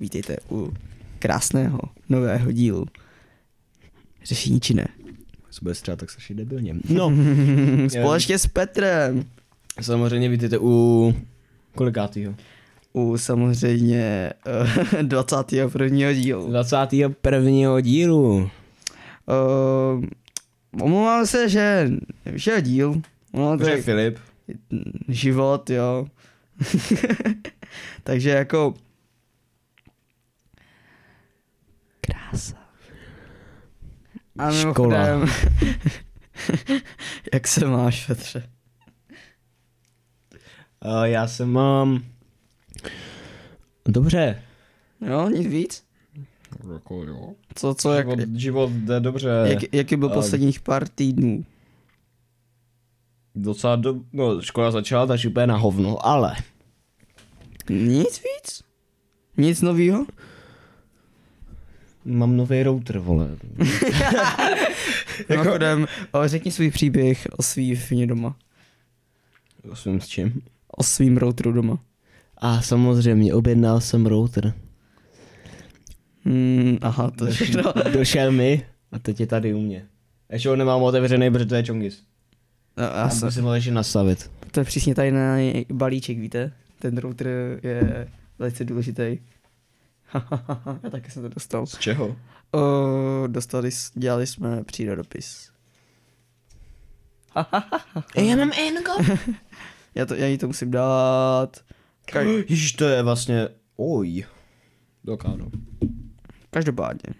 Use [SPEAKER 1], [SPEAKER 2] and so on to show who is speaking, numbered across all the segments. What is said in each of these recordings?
[SPEAKER 1] Vítejte u krásného nového dílu. Řešení či ne?
[SPEAKER 2] Co bude třeba tak strašně debilně. No,
[SPEAKER 1] Mhm, Společně s Petrem.
[SPEAKER 2] samozřejmě vidíte u... Kolikátýho?
[SPEAKER 1] U samozřejmě eh, 21. dílu.
[SPEAKER 2] 21. dílu.
[SPEAKER 1] Uh, omlouvám se, že nevyšel díl. No,
[SPEAKER 2] Dobře,
[SPEAKER 1] tak,
[SPEAKER 2] Filip.
[SPEAKER 1] život, jo. Takže jako... Krása. A
[SPEAKER 2] Škola.
[SPEAKER 1] mimochodem, jak se máš, Petře?
[SPEAKER 2] Uh, já jsem mám... Dobře.
[SPEAKER 1] Jo, nic víc?
[SPEAKER 2] Jako jo.
[SPEAKER 1] Co, co, jak,
[SPEAKER 2] život, život jde dobře.
[SPEAKER 1] jak, jaký byl
[SPEAKER 2] eh,
[SPEAKER 1] posledních pár týdnů?
[SPEAKER 2] Docela do... No, škola začala, takže úplně na hovno, ale...
[SPEAKER 1] Nic víc? Nic novýho?
[SPEAKER 2] Mám nový router, vole.
[SPEAKER 1] Mimochodem, eh, řekni svůj příběh o svý fině doma.
[SPEAKER 2] Jsem s čím?
[SPEAKER 1] O svým routeru doma.
[SPEAKER 2] A samozřejmě, objednal jsem router.
[SPEAKER 1] Hmm, aha, to je všechno.
[SPEAKER 2] Došel mi a teď je tady u mě. Ještě ho nemám otevřený, protože to je Čongis.
[SPEAKER 1] No, já
[SPEAKER 2] Já
[SPEAKER 1] jsem,
[SPEAKER 2] musím ho ještě nastavit.
[SPEAKER 1] to je přísně tajný balíček, víte? Ten router je velice důležitý. já taky jsem to dostal.
[SPEAKER 2] čeho?
[SPEAKER 1] O, dostali, s- dělali jsme přírodopis.
[SPEAKER 2] Já mám Enko.
[SPEAKER 1] Já, to, já jí to musím dát. Ka-
[SPEAKER 2] Ježiš, to je vlastně... Oj. Dokáno.
[SPEAKER 1] každopádně.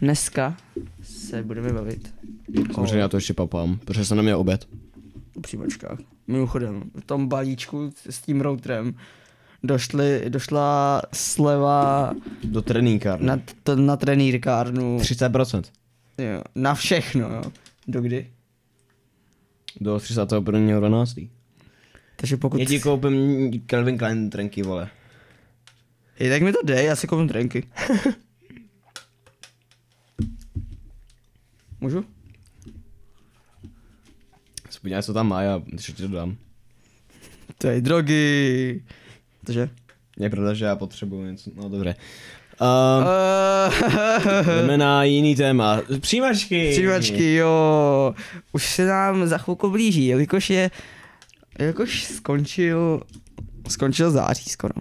[SPEAKER 1] Dneska se budeme bavit
[SPEAKER 2] Samozřejmě já to ještě papám, protože jsem neměl oběd.
[SPEAKER 1] o příjmačkách. Mimochodem, v tom balíčku s tím routerem došly, došla sleva
[SPEAKER 2] Do treníkárny.
[SPEAKER 1] na, t- na trenýrkárnu,
[SPEAKER 2] 30%.
[SPEAKER 1] jo, na všechno, jo. Dokdy?
[SPEAKER 2] Do 31.12.
[SPEAKER 1] Takže pokud...
[SPEAKER 2] Já ti koupím Calvin Klein trenky, vole.
[SPEAKER 1] Hej, tak mi to dej, já si koupím trenky. Můžu?
[SPEAKER 2] Se podívej, co tam má, já ještě ti to dám.
[SPEAKER 1] To je drogy. Takže?
[SPEAKER 2] Je pravda, že já potřebuju něco, no dobré. Um,
[SPEAKER 1] Eh,
[SPEAKER 2] jdeme na jiný téma. Přijímačky!
[SPEAKER 1] Příjmačky, jo. Už se nám za chvilku blíží, jelikož je... Jelikož skončil... Skončil září skoro.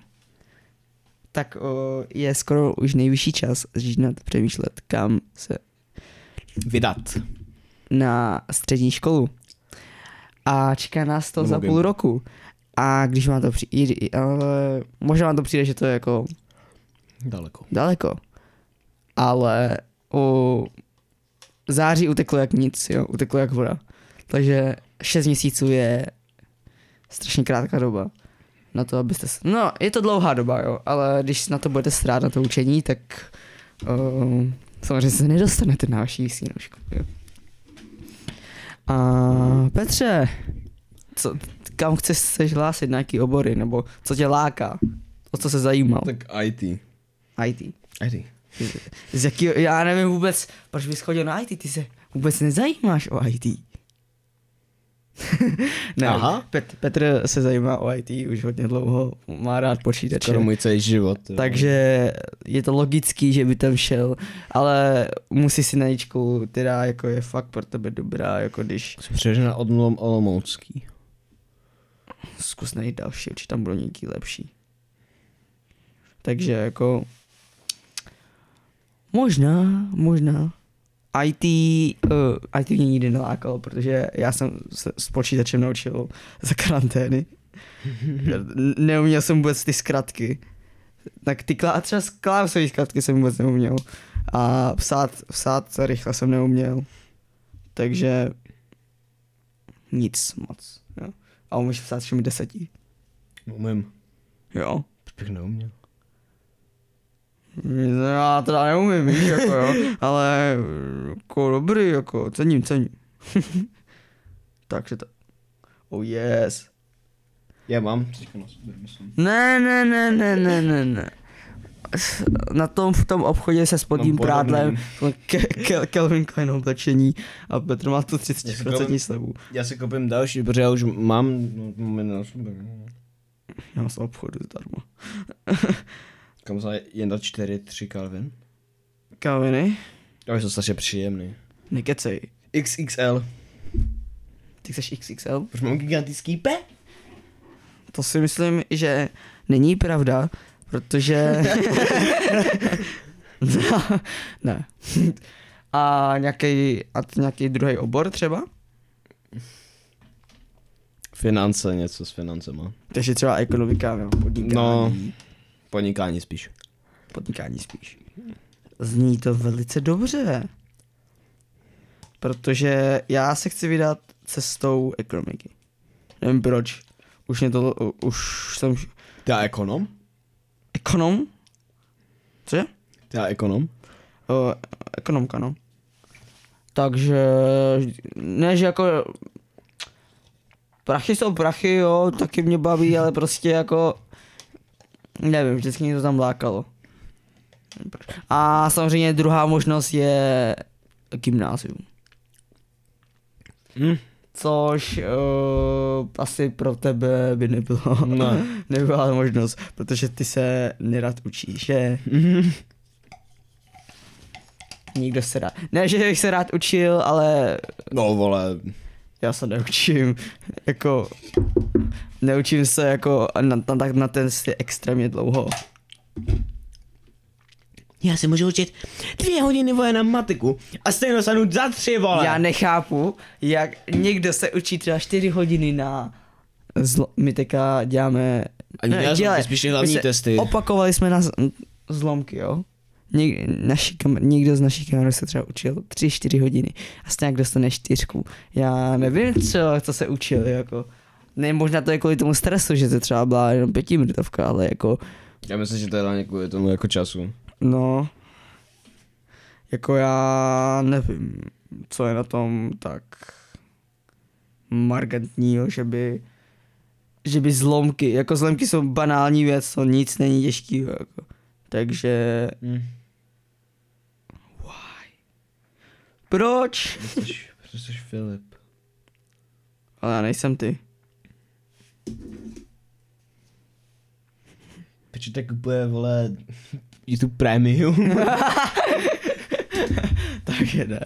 [SPEAKER 1] Tak o, je skoro už nejvyšší čas začínat přemýšlet, kam se
[SPEAKER 2] Vydat.
[SPEAKER 1] na střední školu. A čeká nás to
[SPEAKER 2] Nebo
[SPEAKER 1] za
[SPEAKER 2] gym.
[SPEAKER 1] půl roku. A když vám to přijde, ale možná vám to přijde, že to je jako
[SPEAKER 2] Daleko.
[SPEAKER 1] daleko. Ale u září uteklo jak nic, jo, uteklo jak voda. Takže 6 měsíců je strašně krátká doba na to, abyste... s- No, je to dlouhá doba, jo, ale když na to budete strát na to učení, tak uh, samozřejmě se nedostanete na vaši snínušku, jo. A Petře, co, kam chceš se hlásit, na jaký obory, nebo co tě láká, o co se zajímal?
[SPEAKER 2] Tak IT.
[SPEAKER 1] IT.
[SPEAKER 2] IT.
[SPEAKER 1] Z jakýho, já nevím vůbec, proč bys chodil na IT, ty se vůbec nezajímáš o IT. ne,
[SPEAKER 2] Aha.
[SPEAKER 1] Pet, Petr se zajímá o IT už hodně dlouho, má rád počítače.
[SPEAKER 2] Skoro můj celý život. jo.
[SPEAKER 1] Takže je to logický, že by tam šel, ale musí si najít školu, která jako je fakt pro tebe dobrá, jako když
[SPEAKER 2] Jsem přeřená odmluvám Olomoucký.
[SPEAKER 1] zkus najít další, určitě tam budou nějaký lepší. Takže jako možná, možná. IT, uh, IT mě nikdy nelákalo, protože já jsem se s počítačem naučil za karantény. N- neuměl jsem vůbec ty zkratky. Tak ty klá, třeba z klávesový zkratky jsem vůbec neuměl. A psát, psát rychle jsem neuměl. Takže nic moc. Jo. A umíš psát všemi deseti.
[SPEAKER 2] Umím.
[SPEAKER 1] Jo.
[SPEAKER 2] Proč bych neuměl?
[SPEAKER 1] Já teda neumím, víš, jako jo, ale jako dobrý, jako cením, cením. Takže to. Oh yes.
[SPEAKER 2] Já mám. Teďka na sobě, myslím.
[SPEAKER 1] Ne, ne, ne, ne, ne, ne, ne. S- Na tom, v tom obchodě se spodním
[SPEAKER 2] podobný.
[SPEAKER 1] prádlem ke- ke- Kelvin Klein oblečení a Petr má tu 30% slevu.
[SPEAKER 2] Já si koupím další, protože já už mám. No, to mám jen na sobě. no.
[SPEAKER 1] Já z obchodu zdarma.
[SPEAKER 2] Kam za 1,43 Kelvin?
[SPEAKER 1] Kaviny?
[SPEAKER 2] Ale jsou strašně příjemný.
[SPEAKER 1] Nekecej.
[SPEAKER 2] XXL.
[SPEAKER 1] Ty chceš XXL?
[SPEAKER 2] Proč mám gigantický P?
[SPEAKER 1] To si myslím, že není pravda, protože... ne. A nějaký, a t- nějaký druhý obor třeba?
[SPEAKER 2] Finance, něco s financema.
[SPEAKER 1] Takže třeba ekonomika, nebo podnikání.
[SPEAKER 2] No. Podnikání spíš.
[SPEAKER 1] Podnikání spíš. Zní to velice dobře. Protože já se chci vydat cestou ekonomiky. Nevím proč. Už mě to, u- už jsem
[SPEAKER 2] Ty já ekonom?
[SPEAKER 1] ekonom. Cože?
[SPEAKER 2] Ty já ekonom?
[SPEAKER 1] O, ekonomka, no. Takže, ne, že jako, prachy jsou prachy, jo, taky mě baví, ale prostě jako, nevím, vždycky mě to tam lákalo. A samozřejmě druhá možnost je gymnázium.
[SPEAKER 2] Hm.
[SPEAKER 1] Což uh, asi pro tebe by nebylo,
[SPEAKER 2] Ne.
[SPEAKER 1] nebyla možnost, protože ty se nerad učíš, že? Nikdo se rád. Ne, že bych se rád učil, ale
[SPEAKER 2] No vole,
[SPEAKER 1] já se neučím. Jako, neučím se jako na, na, tak na ten si extrémně dlouho.
[SPEAKER 2] Já se můžu učit dvě hodiny vole na matiku a stejně dostanu za tři vole.
[SPEAKER 1] Já nechápu, jak někdo se učí třeba 4 hodiny na zlo... My teďka děláme...
[SPEAKER 2] Ani ne, dělej, spíš ty hlavní
[SPEAKER 1] my se-
[SPEAKER 2] testy.
[SPEAKER 1] Opakovali jsme na z- zlomky, jo? Něk, naši kam, někdo z našich kamarů se třeba učil 3-4 hodiny a stejně jak dostane čtyřku. Já nevím, co, co se učil, jako. Ne, možná to je kvůli tomu stresu, že to třeba byla jenom pětiminutovka, ale jako,
[SPEAKER 2] Já myslím, že to je hlavně kvůli tomu jako času.
[SPEAKER 1] no, jako já nevím, co je na tom tak markantního, že by, že by zlomky, jako zlomky jsou banální věc, to nic není těžkého, jako. Takže
[SPEAKER 2] Hmm.
[SPEAKER 1] Proč?
[SPEAKER 2] Protože jsi Filip.
[SPEAKER 1] Ale já nejsem ty.
[SPEAKER 2] Protože tak kupuje vole YouTube Premium.
[SPEAKER 1] Takže ne.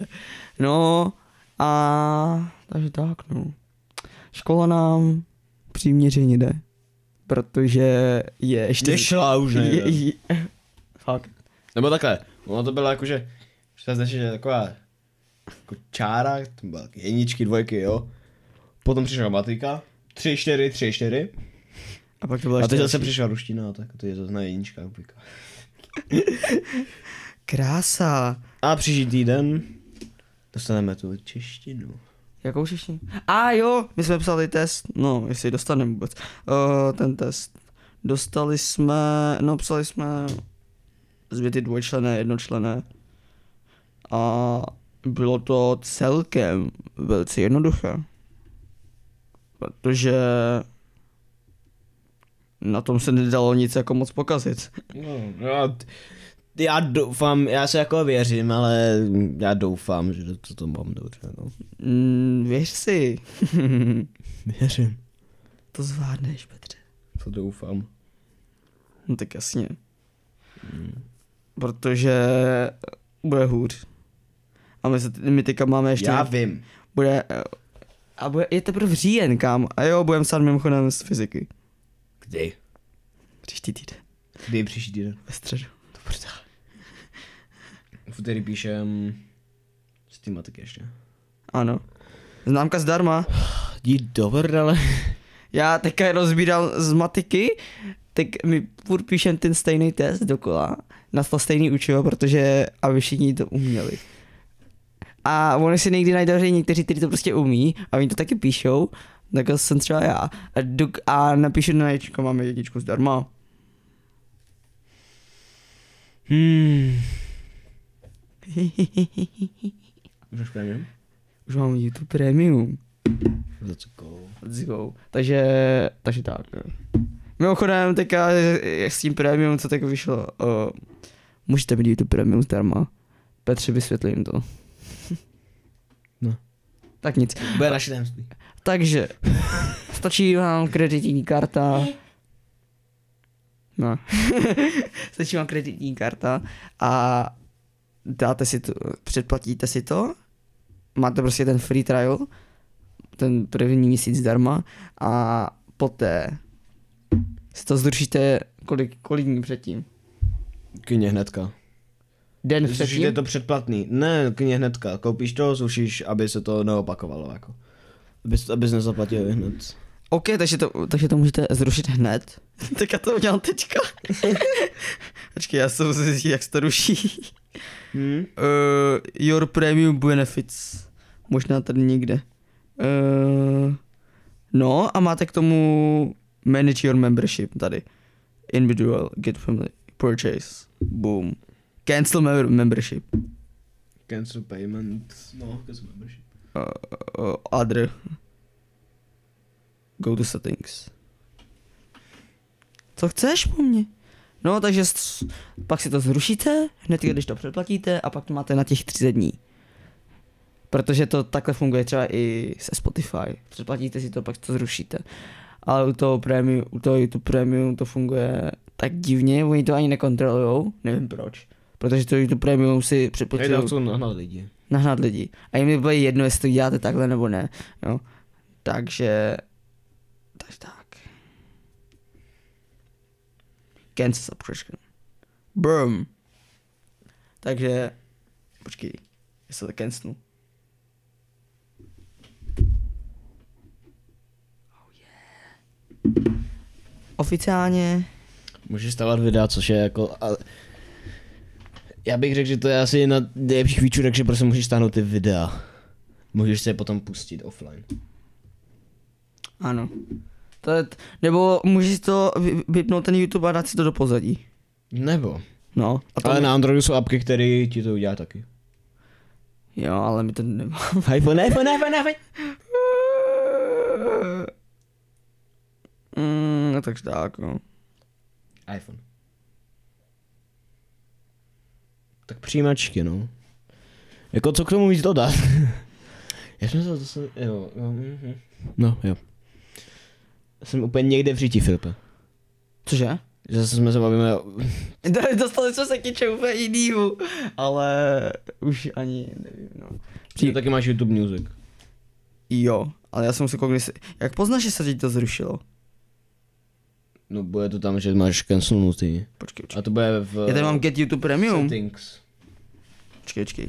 [SPEAKER 1] No a takže tak no. Škola nám příměřeně jde. Protože je ještě...
[SPEAKER 2] Nešla už ne.
[SPEAKER 1] je, je, fakt.
[SPEAKER 2] Nebo takhle, ono to bylo jakože, že to značí, že taková jako čára, to byla taky jedničky, dvojky, jo. Potom přišla matika, tři, čtyři, tři, čtyři.
[SPEAKER 1] A pak to bylo
[SPEAKER 2] A
[SPEAKER 1] ještě
[SPEAKER 2] teď zase
[SPEAKER 1] další.
[SPEAKER 2] přišla ruština, tak to je to zna jednička, dvojka.
[SPEAKER 1] Krása.
[SPEAKER 2] A příští týden dostaneme tu češtinu.
[SPEAKER 1] Jakou češtinu? A jo, my jsme psali test. No, jestli dostaneme vůbec. Uh, ten test. Dostali jsme, no psali jsme z věty dvojčlené, jednočlené. A bylo to celkem velice jednoduché. Protože na tom se nedalo nic jako moc pokazit.
[SPEAKER 2] No, já, já doufám, já se jako věřím, ale já doufám, že to, to mám dobře, no.
[SPEAKER 1] Mm, věř si.
[SPEAKER 2] Věřím.
[SPEAKER 1] to zvládneš, Petře.
[SPEAKER 2] To doufám.
[SPEAKER 1] No tak jasně. Protože bude hůř. A my, se, my teďka máme ještě...
[SPEAKER 2] Já vím.
[SPEAKER 1] Bude... eh, A bude, je teprve říjen, kam. A jo, budeme psát mimochodem z fyziky.
[SPEAKER 2] Kdy?
[SPEAKER 1] Příští týden,
[SPEAKER 2] Kdy je příští týden?
[SPEAKER 1] ve středu. To bude tak.
[SPEAKER 2] V úterý píšem s tím tak ještě.
[SPEAKER 1] Ano. Známka zdarma.
[SPEAKER 2] Jdi do prdele.
[SPEAKER 1] Já teďka je rozbíral z matiky, tak mi furt píšem ten stejný test dokola na to stejný učivo, protože aby všichni to uměli. A ono si někdy najdou, že někteří, kteří to prostě umí a oni to taky píšou, tak jsem třeba já. A, dok- a napíšu na jedničku, máme jedničku zdarma.
[SPEAKER 2] Hmm. Už máš premium?
[SPEAKER 1] Už mám YouTube Premium.
[SPEAKER 2] Za co kou?
[SPEAKER 1] Let's go. Takže, takže tak. no. Mimochodem, teďka eh, s tím premium, co tak vyšlo, uh, můžete mít YouTube premium zdarma. Petře, vysvětlím to.
[SPEAKER 2] No.
[SPEAKER 1] Tak nic.
[SPEAKER 2] Bude naše tajemství.
[SPEAKER 1] Takže, stačí vám kreditní karta, No. Stačí vám kreditní karta a dáte si to, předplatíte si to, máte prostě ten free trial, ten první měsíc zdarma a poté si to zrušíte kolik, kolik dní předtím.
[SPEAKER 2] Kyně hnedka.
[SPEAKER 1] Den
[SPEAKER 2] Zrušíš je
[SPEAKER 1] předtím?
[SPEAKER 2] to předplatný. Ne, kyně hnedka. Koupíš to, zrušíš, aby se to neopakovalo. Jako. Abys, abys nezaplatil hned.
[SPEAKER 1] OK, takže to, takže to můžete zrušit hned. tak já to udělám teďka. Počkej, já jsem zjistil, jak se to ruší.
[SPEAKER 2] Hmm?
[SPEAKER 1] Uh, your premium benefits. Možná tady někde. Uh, no a máte k tomu manage your membership tady. Individual, get family, purchase, boom. Cancel mem- membership,
[SPEAKER 2] Cancel payment. No, cancel membership.
[SPEAKER 1] uh, other. Go to settings. Co chceš po mně? No, takže s- pak si to zrušíte, hned když to předplatíte a pak to máte na těch 30 dní. Protože to takhle funguje třeba i se Spotify. Předplatíte si to, pak to zrušíte. Ale u toho, premium, u toho YouTube Premium to funguje tak divně, oni to ani nekontrolujou, nevím proč. Protože to YouTube Premium si
[SPEAKER 2] Hej,
[SPEAKER 1] předplatil
[SPEAKER 2] tam jsou nahnat lidi.
[SPEAKER 1] nahnat lidi. A jim je bude jedno, jestli to děláte takhle nebo ne. Jo. Takže... Takže tak. Cancel subscription. Boom. Takže... Počkej. Já se to cancelnu. Oficiálně
[SPEAKER 2] Můžeš stávat videa, což je jako... A... Já bych řekl, že to je asi jedna nejlepších výčů, takže prostě můžeš stáhnout ty videa. Můžeš se je potom pustit offline.
[SPEAKER 1] ano. To je t- nebo můžeš si to vy- vypnout ten YouTube a dát si to do pozadí.
[SPEAKER 2] Nebo.
[SPEAKER 1] No. A to
[SPEAKER 2] Ale na Androidu jsou apky, které ti to udělá taky.
[SPEAKER 1] Jo, ale my to nemáme.
[SPEAKER 2] iPhone, iPhone, iPhone, iPhone.
[SPEAKER 1] Mm, no takže tak, no.
[SPEAKER 2] iPhone. Tak přijímačky, no. Jako co k tomu víc dodat? Já jsem se zase, jo, no, mhm. no jo. Jsem úplně někde v říti, Filipe.
[SPEAKER 1] Cože?
[SPEAKER 2] Zase jsme se bavíme,
[SPEAKER 1] Dostali jsme se k něčemu úplně jinýmu, ale už ani nevím, no.
[SPEAKER 2] ty taky máš YouTube Music.
[SPEAKER 1] Jo, ale já jsem se koukal, jestli- jak poznáš, že se ti to zrušilo?
[SPEAKER 2] No bude to tam, že máš cancelnutý.
[SPEAKER 1] Počkej, počkej.
[SPEAKER 2] A to bude v... eh,
[SPEAKER 1] Já tady mám Get YouTube Premium.
[SPEAKER 2] Settings.
[SPEAKER 1] Počkej, počkej.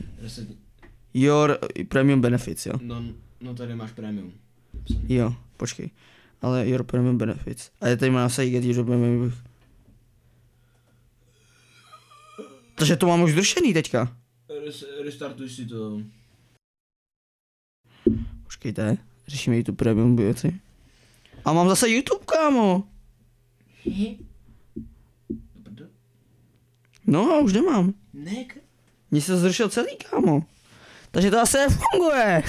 [SPEAKER 1] Your Premium Benefits, jo.
[SPEAKER 2] No, no tady máš premium.
[SPEAKER 1] Jo, počkej. Ale your premium benefits. A já tady mám napsaný get your premium Takže to mám už zrušený teďka.
[SPEAKER 2] Restartuj si to.
[SPEAKER 1] Počkejte, řešíme YouTube premium věci. A mám zase YouTube, kámo. No a už nemám.
[SPEAKER 2] Ne,
[SPEAKER 1] Mně se zrušil celý, kámo. Takže to asi nefunguje.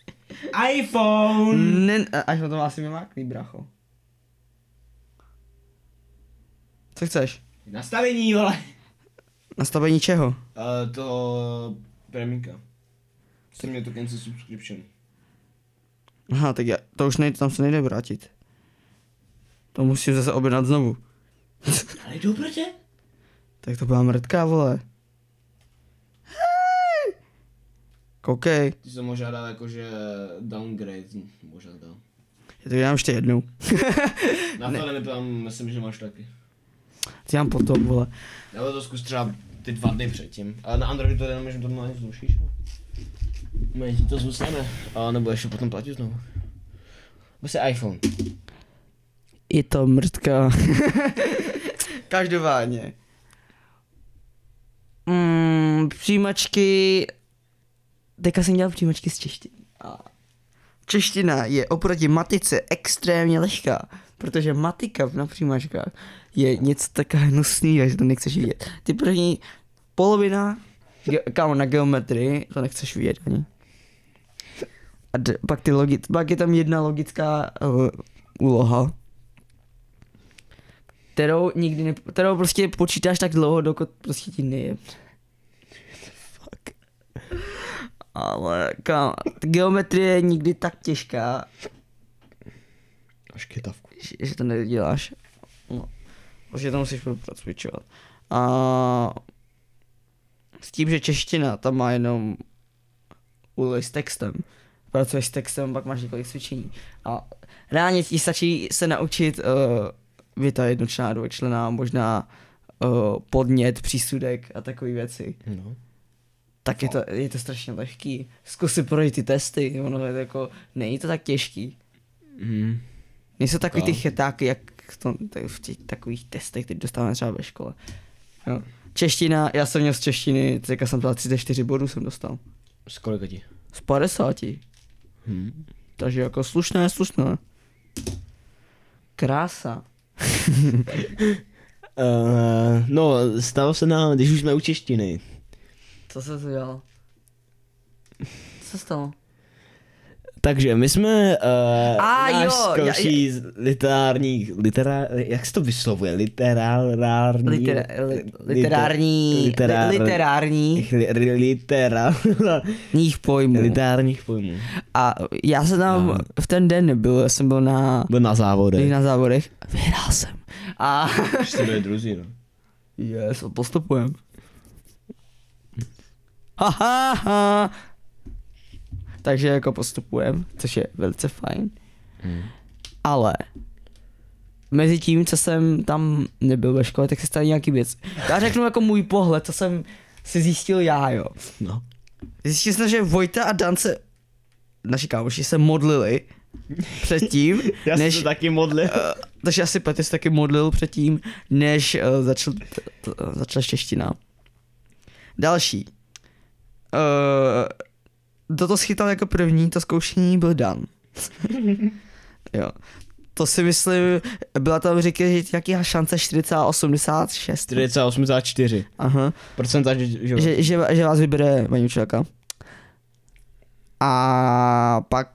[SPEAKER 2] iPhone!
[SPEAKER 1] ne, až o tom asi nemáklý, bracho. Co chceš?
[SPEAKER 2] Nastavení, vole!
[SPEAKER 1] Nastavení čeho?
[SPEAKER 2] Uh, toho Premika. Co mě to cancel subscription.
[SPEAKER 1] Aha, tak já, to už nejde, tam se nejde vrátit. To musím zase objednat znovu.
[SPEAKER 2] Ale jdu prče?
[SPEAKER 1] Tak to byla mrtká, vole. Hej! Koukej,
[SPEAKER 2] Ty jsem možná dal jakože downgrade, možná dal.
[SPEAKER 1] já to dělám ještě jednou.
[SPEAKER 2] Na to mi tam, myslím, že máš taky.
[SPEAKER 1] To dělám potom, vole.
[SPEAKER 2] Nebo to zkus třeba ty dva dny předtím. Ale na Androidu to jenom, že to normálně zrušíš. Mně ti to zůstane. A nebo ještě potom platit znovu. Prostě iPhone.
[SPEAKER 1] Je to mrtká. Každopádně. Mm, přijímačky... Teďka jsem dělal přijímačky z češtiny. A čeština je oproti matice extrémně lehká, protože matika na přijímačkách je něco tak hnusného, že to nechceš vidět. Ty první polovina, ge- kámo, na geometrii, to nechceš vidět ani. A d- pak, ty logi- pak je tam jedna logická uh, úloha, kterou nikdy ne, kterou prostě počítáš tak dlouho, dokud prostě ti neje. Fuck. Ale kam, geometrie je nikdy tak těžká,
[SPEAKER 2] Až kytavku.
[SPEAKER 1] že, že to neděláš. No. Protože to musíš propracvičovat. A s tím, že čeština tam má jenom úlohy s textem. Pracuješ s textem, pak máš několik cvičení. A reálně ti stačí se naučit uh, věta jednočná, dvojčlená, možná uh, podnět, přísudek a takové věci.
[SPEAKER 2] No.
[SPEAKER 1] Tak je to, je to strašně lehký. Zkus si projít ty testy, ono je to jako, není to tak těžký.
[SPEAKER 2] Mm.
[SPEAKER 1] Mhm. Nejsou takový ty
[SPEAKER 2] Tak.
[SPEAKER 1] chytáky, jak v, tom, t- v těch takových testech, teď dostáváme třeba ve škole. Jo. Čeština, já jsem měl z češtiny, teďka jsem dal 34 bodů, jsem dostal.
[SPEAKER 2] Z kolika ti?
[SPEAKER 1] Z 50,
[SPEAKER 2] Hmm.
[SPEAKER 1] takže jako slušné, slušné. Krása.
[SPEAKER 2] Uh, no, stalo se nám, když už jsme u češtiny.
[SPEAKER 1] Co se to dělalo? Co se stalo?
[SPEAKER 2] Takže my jsme uh,
[SPEAKER 1] A
[SPEAKER 2] náš
[SPEAKER 1] jo, já-
[SPEAKER 2] zkouší z literárních, literá, jak se to vyslovuje, literární,
[SPEAKER 1] Litera, li, literární, literár,
[SPEAKER 2] literár,
[SPEAKER 1] literární,
[SPEAKER 2] literární, literá,
[SPEAKER 1] nich
[SPEAKER 2] No.
[SPEAKER 1] pojmů.
[SPEAKER 2] literárních pojmů.
[SPEAKER 1] A já jsem tam v ten den nebyl, já jsem byl na,
[SPEAKER 2] Byl na závodech.
[SPEAKER 1] na závodech. Vyhrál jsem. A
[SPEAKER 2] Jste byli druzí, no.
[SPEAKER 1] Yes, postupujem. Ha, ha, ha. Takže jako postupujem, což je velice fajn.
[SPEAKER 2] Hmm.
[SPEAKER 1] Ale mezi tím, co jsem tam nebyl ve škole, tak se staly nějaký věc. Já řeknu jako můj pohled, co jsem si zjistil já, jo.
[SPEAKER 2] No.
[SPEAKER 1] Zjistil jsem, že Vojta a Dan se, naši kámoši, se modlili předtím,
[SPEAKER 2] Já jsem
[SPEAKER 1] než...
[SPEAKER 2] se taky modlil.
[SPEAKER 1] Eh, takže asi Petr se taky modlil předtím, než uh, začal, t- t- začala čeština. Další. Uh, kdo to schytal jako první, to zkoušení byl Dan. jo. To si myslím, byla tam říká, že nějaká šance 486.
[SPEAKER 2] 484.
[SPEAKER 1] Aha.
[SPEAKER 2] Procentáž, že... že...
[SPEAKER 1] Že, že, že vás vybere paní učitelka. A pak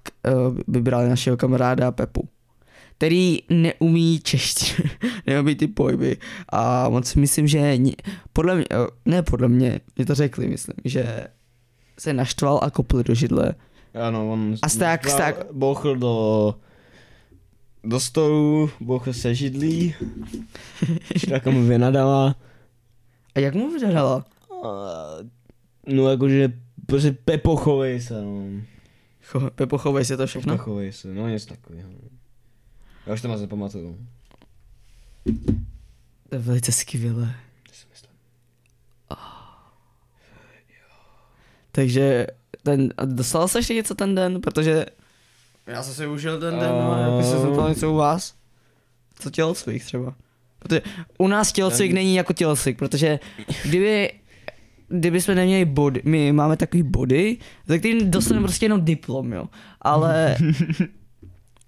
[SPEAKER 1] uh, vybrali našeho kamaráda Pepu, který neumí češtinu, neumí ty pojmy. A on si myslím, že ni- podle mě, eh, ne podle mě, mě to řekli, myslím, že se naštval a kopl do židle.
[SPEAKER 2] Ano, on...
[SPEAKER 1] A sták,
[SPEAKER 2] dal-
[SPEAKER 1] sták.
[SPEAKER 2] Bouchl do... Do stolu, bouchl se židlí. Štraka mu vynadala.
[SPEAKER 1] A jak mu vydala?
[SPEAKER 2] A, No jakože, prostě Pepo chovej se, no.
[SPEAKER 1] Cho- Pepo, chovej se to všechno.
[SPEAKER 2] Pepo chovej se, no něco takového. Já už to moc nepamatuju.
[SPEAKER 1] To je velice skvělé.
[SPEAKER 2] To si myslím.
[SPEAKER 1] Takže ten, a dostal se ještě něco ten den, protože já jsem si užil ten den, no,
[SPEAKER 2] Ehm.
[SPEAKER 1] jako se zeptal něco u vás. Co tělocvik třeba? Protože u nás tělocvik
[SPEAKER 2] Ten-
[SPEAKER 1] není jako tělocvik, protože kdyby, kdyby jsme neměli body, my máme takový body, za kterým dostaneme prostě jenom diplom, jo. Ale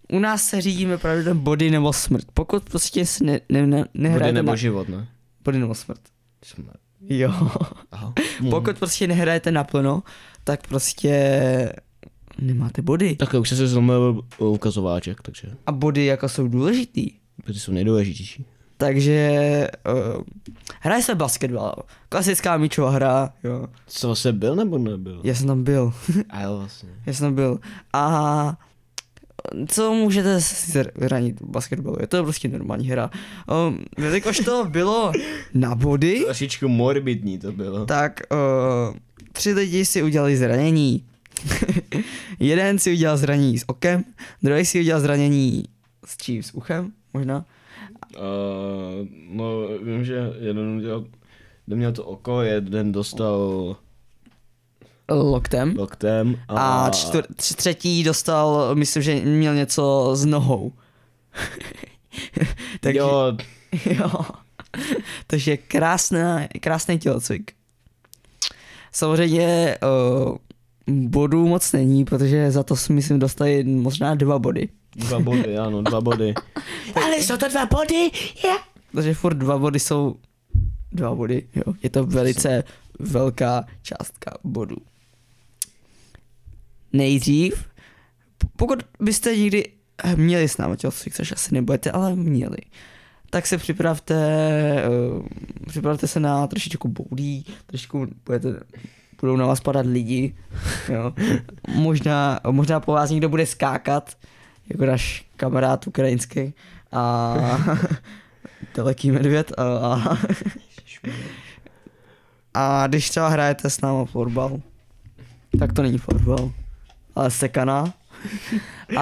[SPEAKER 1] u nás se řídíme pravidlem body nebo smrt. Pokud prostě si ne, ne, ne,
[SPEAKER 2] Bude
[SPEAKER 1] nehrajete
[SPEAKER 2] nebo
[SPEAKER 1] na
[SPEAKER 2] život, no. ne?
[SPEAKER 1] body nebo smrt.
[SPEAKER 2] Jsme.
[SPEAKER 1] Jo.
[SPEAKER 2] Aha.
[SPEAKER 1] Pokud prostě nehrajete naplno, tak prostě nemáte body.
[SPEAKER 2] Tak už jsem se zlomil ukazováček, takže
[SPEAKER 1] A body jako jsou důležitý.
[SPEAKER 2] ty jsou nejdůležitější.
[SPEAKER 1] Takže uh, hraje se basketbal. Klasická míčová hra, jo.
[SPEAKER 2] Co se byl nebo nebyl?
[SPEAKER 1] Já jsem tam byl.
[SPEAKER 2] A jo, vlastně.
[SPEAKER 1] Já jsem tam byl. A co můžete si ranit v basketbalu? Je to prostě normální hra. Um, jelikož to bylo na body,
[SPEAKER 2] Trošičku morbidní to bylo.
[SPEAKER 1] tak uh, tři lidi si udělali zranění. Jeden si udělal zranění s okem, druhý si udělal zranění s čím? S uchem možná?
[SPEAKER 2] Uh, no, vím, že jeden udělal, jeden měl to oko, jeden dostal
[SPEAKER 1] Loktem.
[SPEAKER 2] loktem a...
[SPEAKER 1] A čtvr, tř- třetí dostal, myslím, že měl něco s nohou. takže, jo.
[SPEAKER 2] Jo,
[SPEAKER 1] jo. takže krásná, krásný tělocvik. Samozřejmě uh, bodů moc není, protože za to si myslím dostali možná dva body.
[SPEAKER 2] dva body, ano, dva body.
[SPEAKER 1] Ale jsou to dva body, je. Takže furt dva body jsou dva body, jo. Je to velice velká částka bodů. Nejdřív, p- pokud byste někdy měli s námi tělocvik, což asi nebudete, ale měli, tak se připravte, eh, připravte se na trošičku boudí, trošičku budete, budou na vás padat lidi, jo. Možná, možná po vás někdo bude skákat, jako náš kamarád ukrajinský. A teleký medvěd a, a, a když třeba hrajete s námi fotbal, tak to není fotbal, ale sekana.
[SPEAKER 2] Já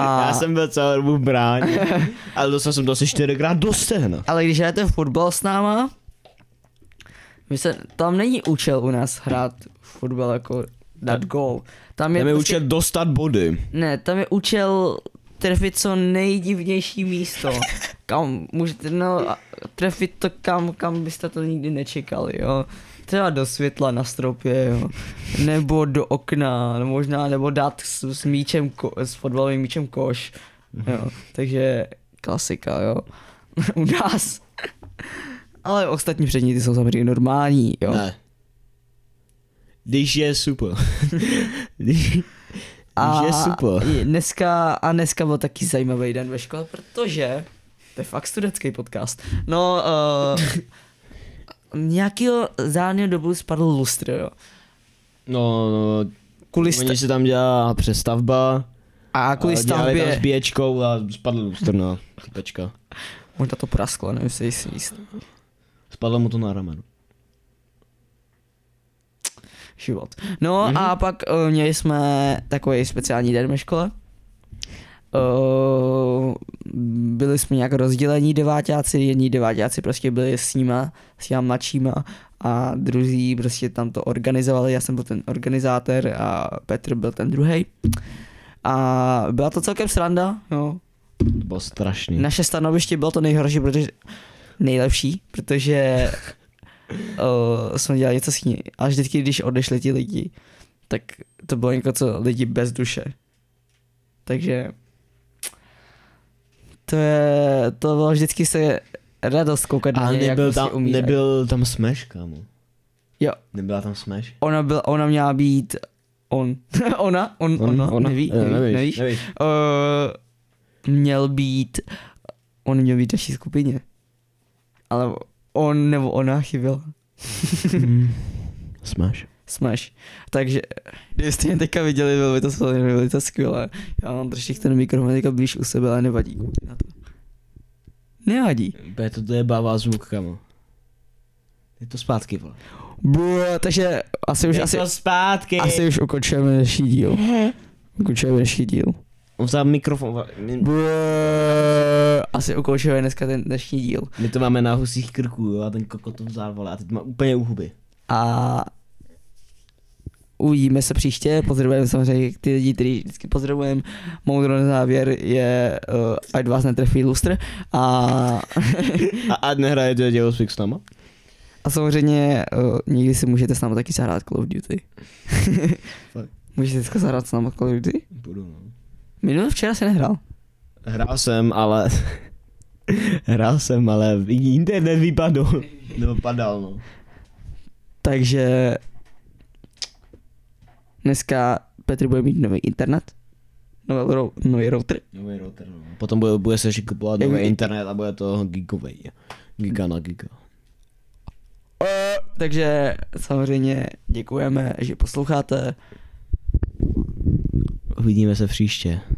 [SPEAKER 1] A,
[SPEAKER 2] jsem byl celou dobu v bráně, ale dostal jsem to asi čtyřikrát do stehna.
[SPEAKER 1] ale když hrajete fotbal s náma, my se, tam není účel u nás hrát fotbal jako dát gól. Tam je,
[SPEAKER 2] Tam je
[SPEAKER 1] prostě-
[SPEAKER 2] účel dostat body.
[SPEAKER 1] Ne, tam je účel trefit co nejdivnější místo. Kam můžete, no, a trefit to kam, kam byste to nikdy nečekali, jo. Třeba do světla na stropě, jo. Nebo do okna, no možná, nebo dát s, s míčem, ko, s fotbalovým míčem koš, jo. Takže klasika, jo. U nás. Ale ostatní předměty jsou samozřejmě normální, jo.
[SPEAKER 2] Ne. Když je super. Když,
[SPEAKER 1] A
[SPEAKER 2] když je super.
[SPEAKER 1] je- Dneska, a dneska byl taky zajímavý den ve škole, protože to je fakt studentský podcast. No, uh, nějakýho záhadného dobu spadl lustr, jo.
[SPEAKER 2] No, no,
[SPEAKER 1] Kvůli
[SPEAKER 2] Oni
[SPEAKER 1] sta-
[SPEAKER 2] se tam dělá přestavba.
[SPEAKER 1] a kvůli
[SPEAKER 2] a dělali tam
[SPEAKER 1] stavbě,
[SPEAKER 2] zbíječkou a spadl lustr na typečka.
[SPEAKER 1] možná to prasklo, nevím si jestli jist.
[SPEAKER 2] Spadlo mu to na rameno.
[SPEAKER 1] život. No mm-hmm. a pak uh, měli jsme takový speciální den ve škole. Uh, byli jsme nějak rozdělení devátáci, jedni devátáci prostě byli s nima, s těma mladšíma a druzí prostě tam to organizovali, já jsem byl ten organizátor a Petr byl ten druhý. A byla to celkem sranda, jo.
[SPEAKER 2] To bylo strašný.
[SPEAKER 1] Naše stanoviště bylo to nejhorší, protože nejlepší, protože uh, jsme dělali něco s ní. Až vždycky, když odešli ti lidi, tak to bylo něco, co lidi bez duše. Takže to je, to bylo vždycky se radost koukat na
[SPEAKER 2] A
[SPEAKER 1] něj, jak
[SPEAKER 2] nebyl
[SPEAKER 1] prostě
[SPEAKER 2] tam,
[SPEAKER 1] umírají.
[SPEAKER 2] nebyl tam smash, kámo.
[SPEAKER 1] Jo,
[SPEAKER 2] Nebyla tam smash?
[SPEAKER 1] ona, byl, ona měla být on. ona, on, on, ona, ona, Mm, neví,
[SPEAKER 2] Eh,
[SPEAKER 1] neví, nevíš, nevíš.
[SPEAKER 2] nevíš.
[SPEAKER 1] Uh, měl být, on měl být v naší skupině. Ale on nebo ona chyběla.
[SPEAKER 2] Smash.
[SPEAKER 1] Smash. Takže, kdybyste mě teďka viděli, bylo by to, skvělé, bylo by to skvělé. Já mám trošičku ten mikrofon teďka blíž u sebe, ale nevadí. koukni Na to. Nevadí.
[SPEAKER 2] Bude to dojebává zvuk, kamo. Je to zpátky, vole.
[SPEAKER 1] Bů, takže asi už,
[SPEAKER 2] Je
[SPEAKER 1] asi,
[SPEAKER 2] to zpátky.
[SPEAKER 1] asi už ukončujeme dnešní díl. Ukončujeme dnešní díl.
[SPEAKER 2] On vzal mikrofon, vole. my,
[SPEAKER 1] Bů, asi ukončujeme dneska ten dnešní díl.
[SPEAKER 2] my, to máme na husích krků, jo, a ten kokot to vzal, vole, a teď má úplně u huby.
[SPEAKER 1] A uvidíme se příště, pozdravujeme samozřejmě ty lidi, který vždycky pozdravujeme. Moudro na závěr je, uh, ať vás netrefí lustr. A,
[SPEAKER 2] A, a nehraje to dělo s náma?
[SPEAKER 1] a samozřejmě uh, někdy si můžete s námi taky zahrát Call of Duty.
[SPEAKER 2] Fakt.
[SPEAKER 1] můžete dneska zahrát s námi Call of Duty?
[SPEAKER 2] Budu, no.
[SPEAKER 1] Minulý včera se nehrál.
[SPEAKER 2] Hrál jsem, ale... Hrál jsem, ale internet vypadl. Nebo padal, no.
[SPEAKER 1] Takže dneska Petr bude mít nový internet. Nový, rou- nový router.
[SPEAKER 2] Nový router, no. Potom bude, bude se ještě kupovat nový
[SPEAKER 1] Jak-
[SPEAKER 2] internet a bude to gigový. Giga na giga.
[SPEAKER 1] Eh, Takže samozřejmě děkujeme, že posloucháte.
[SPEAKER 2] Uvidíme se příště.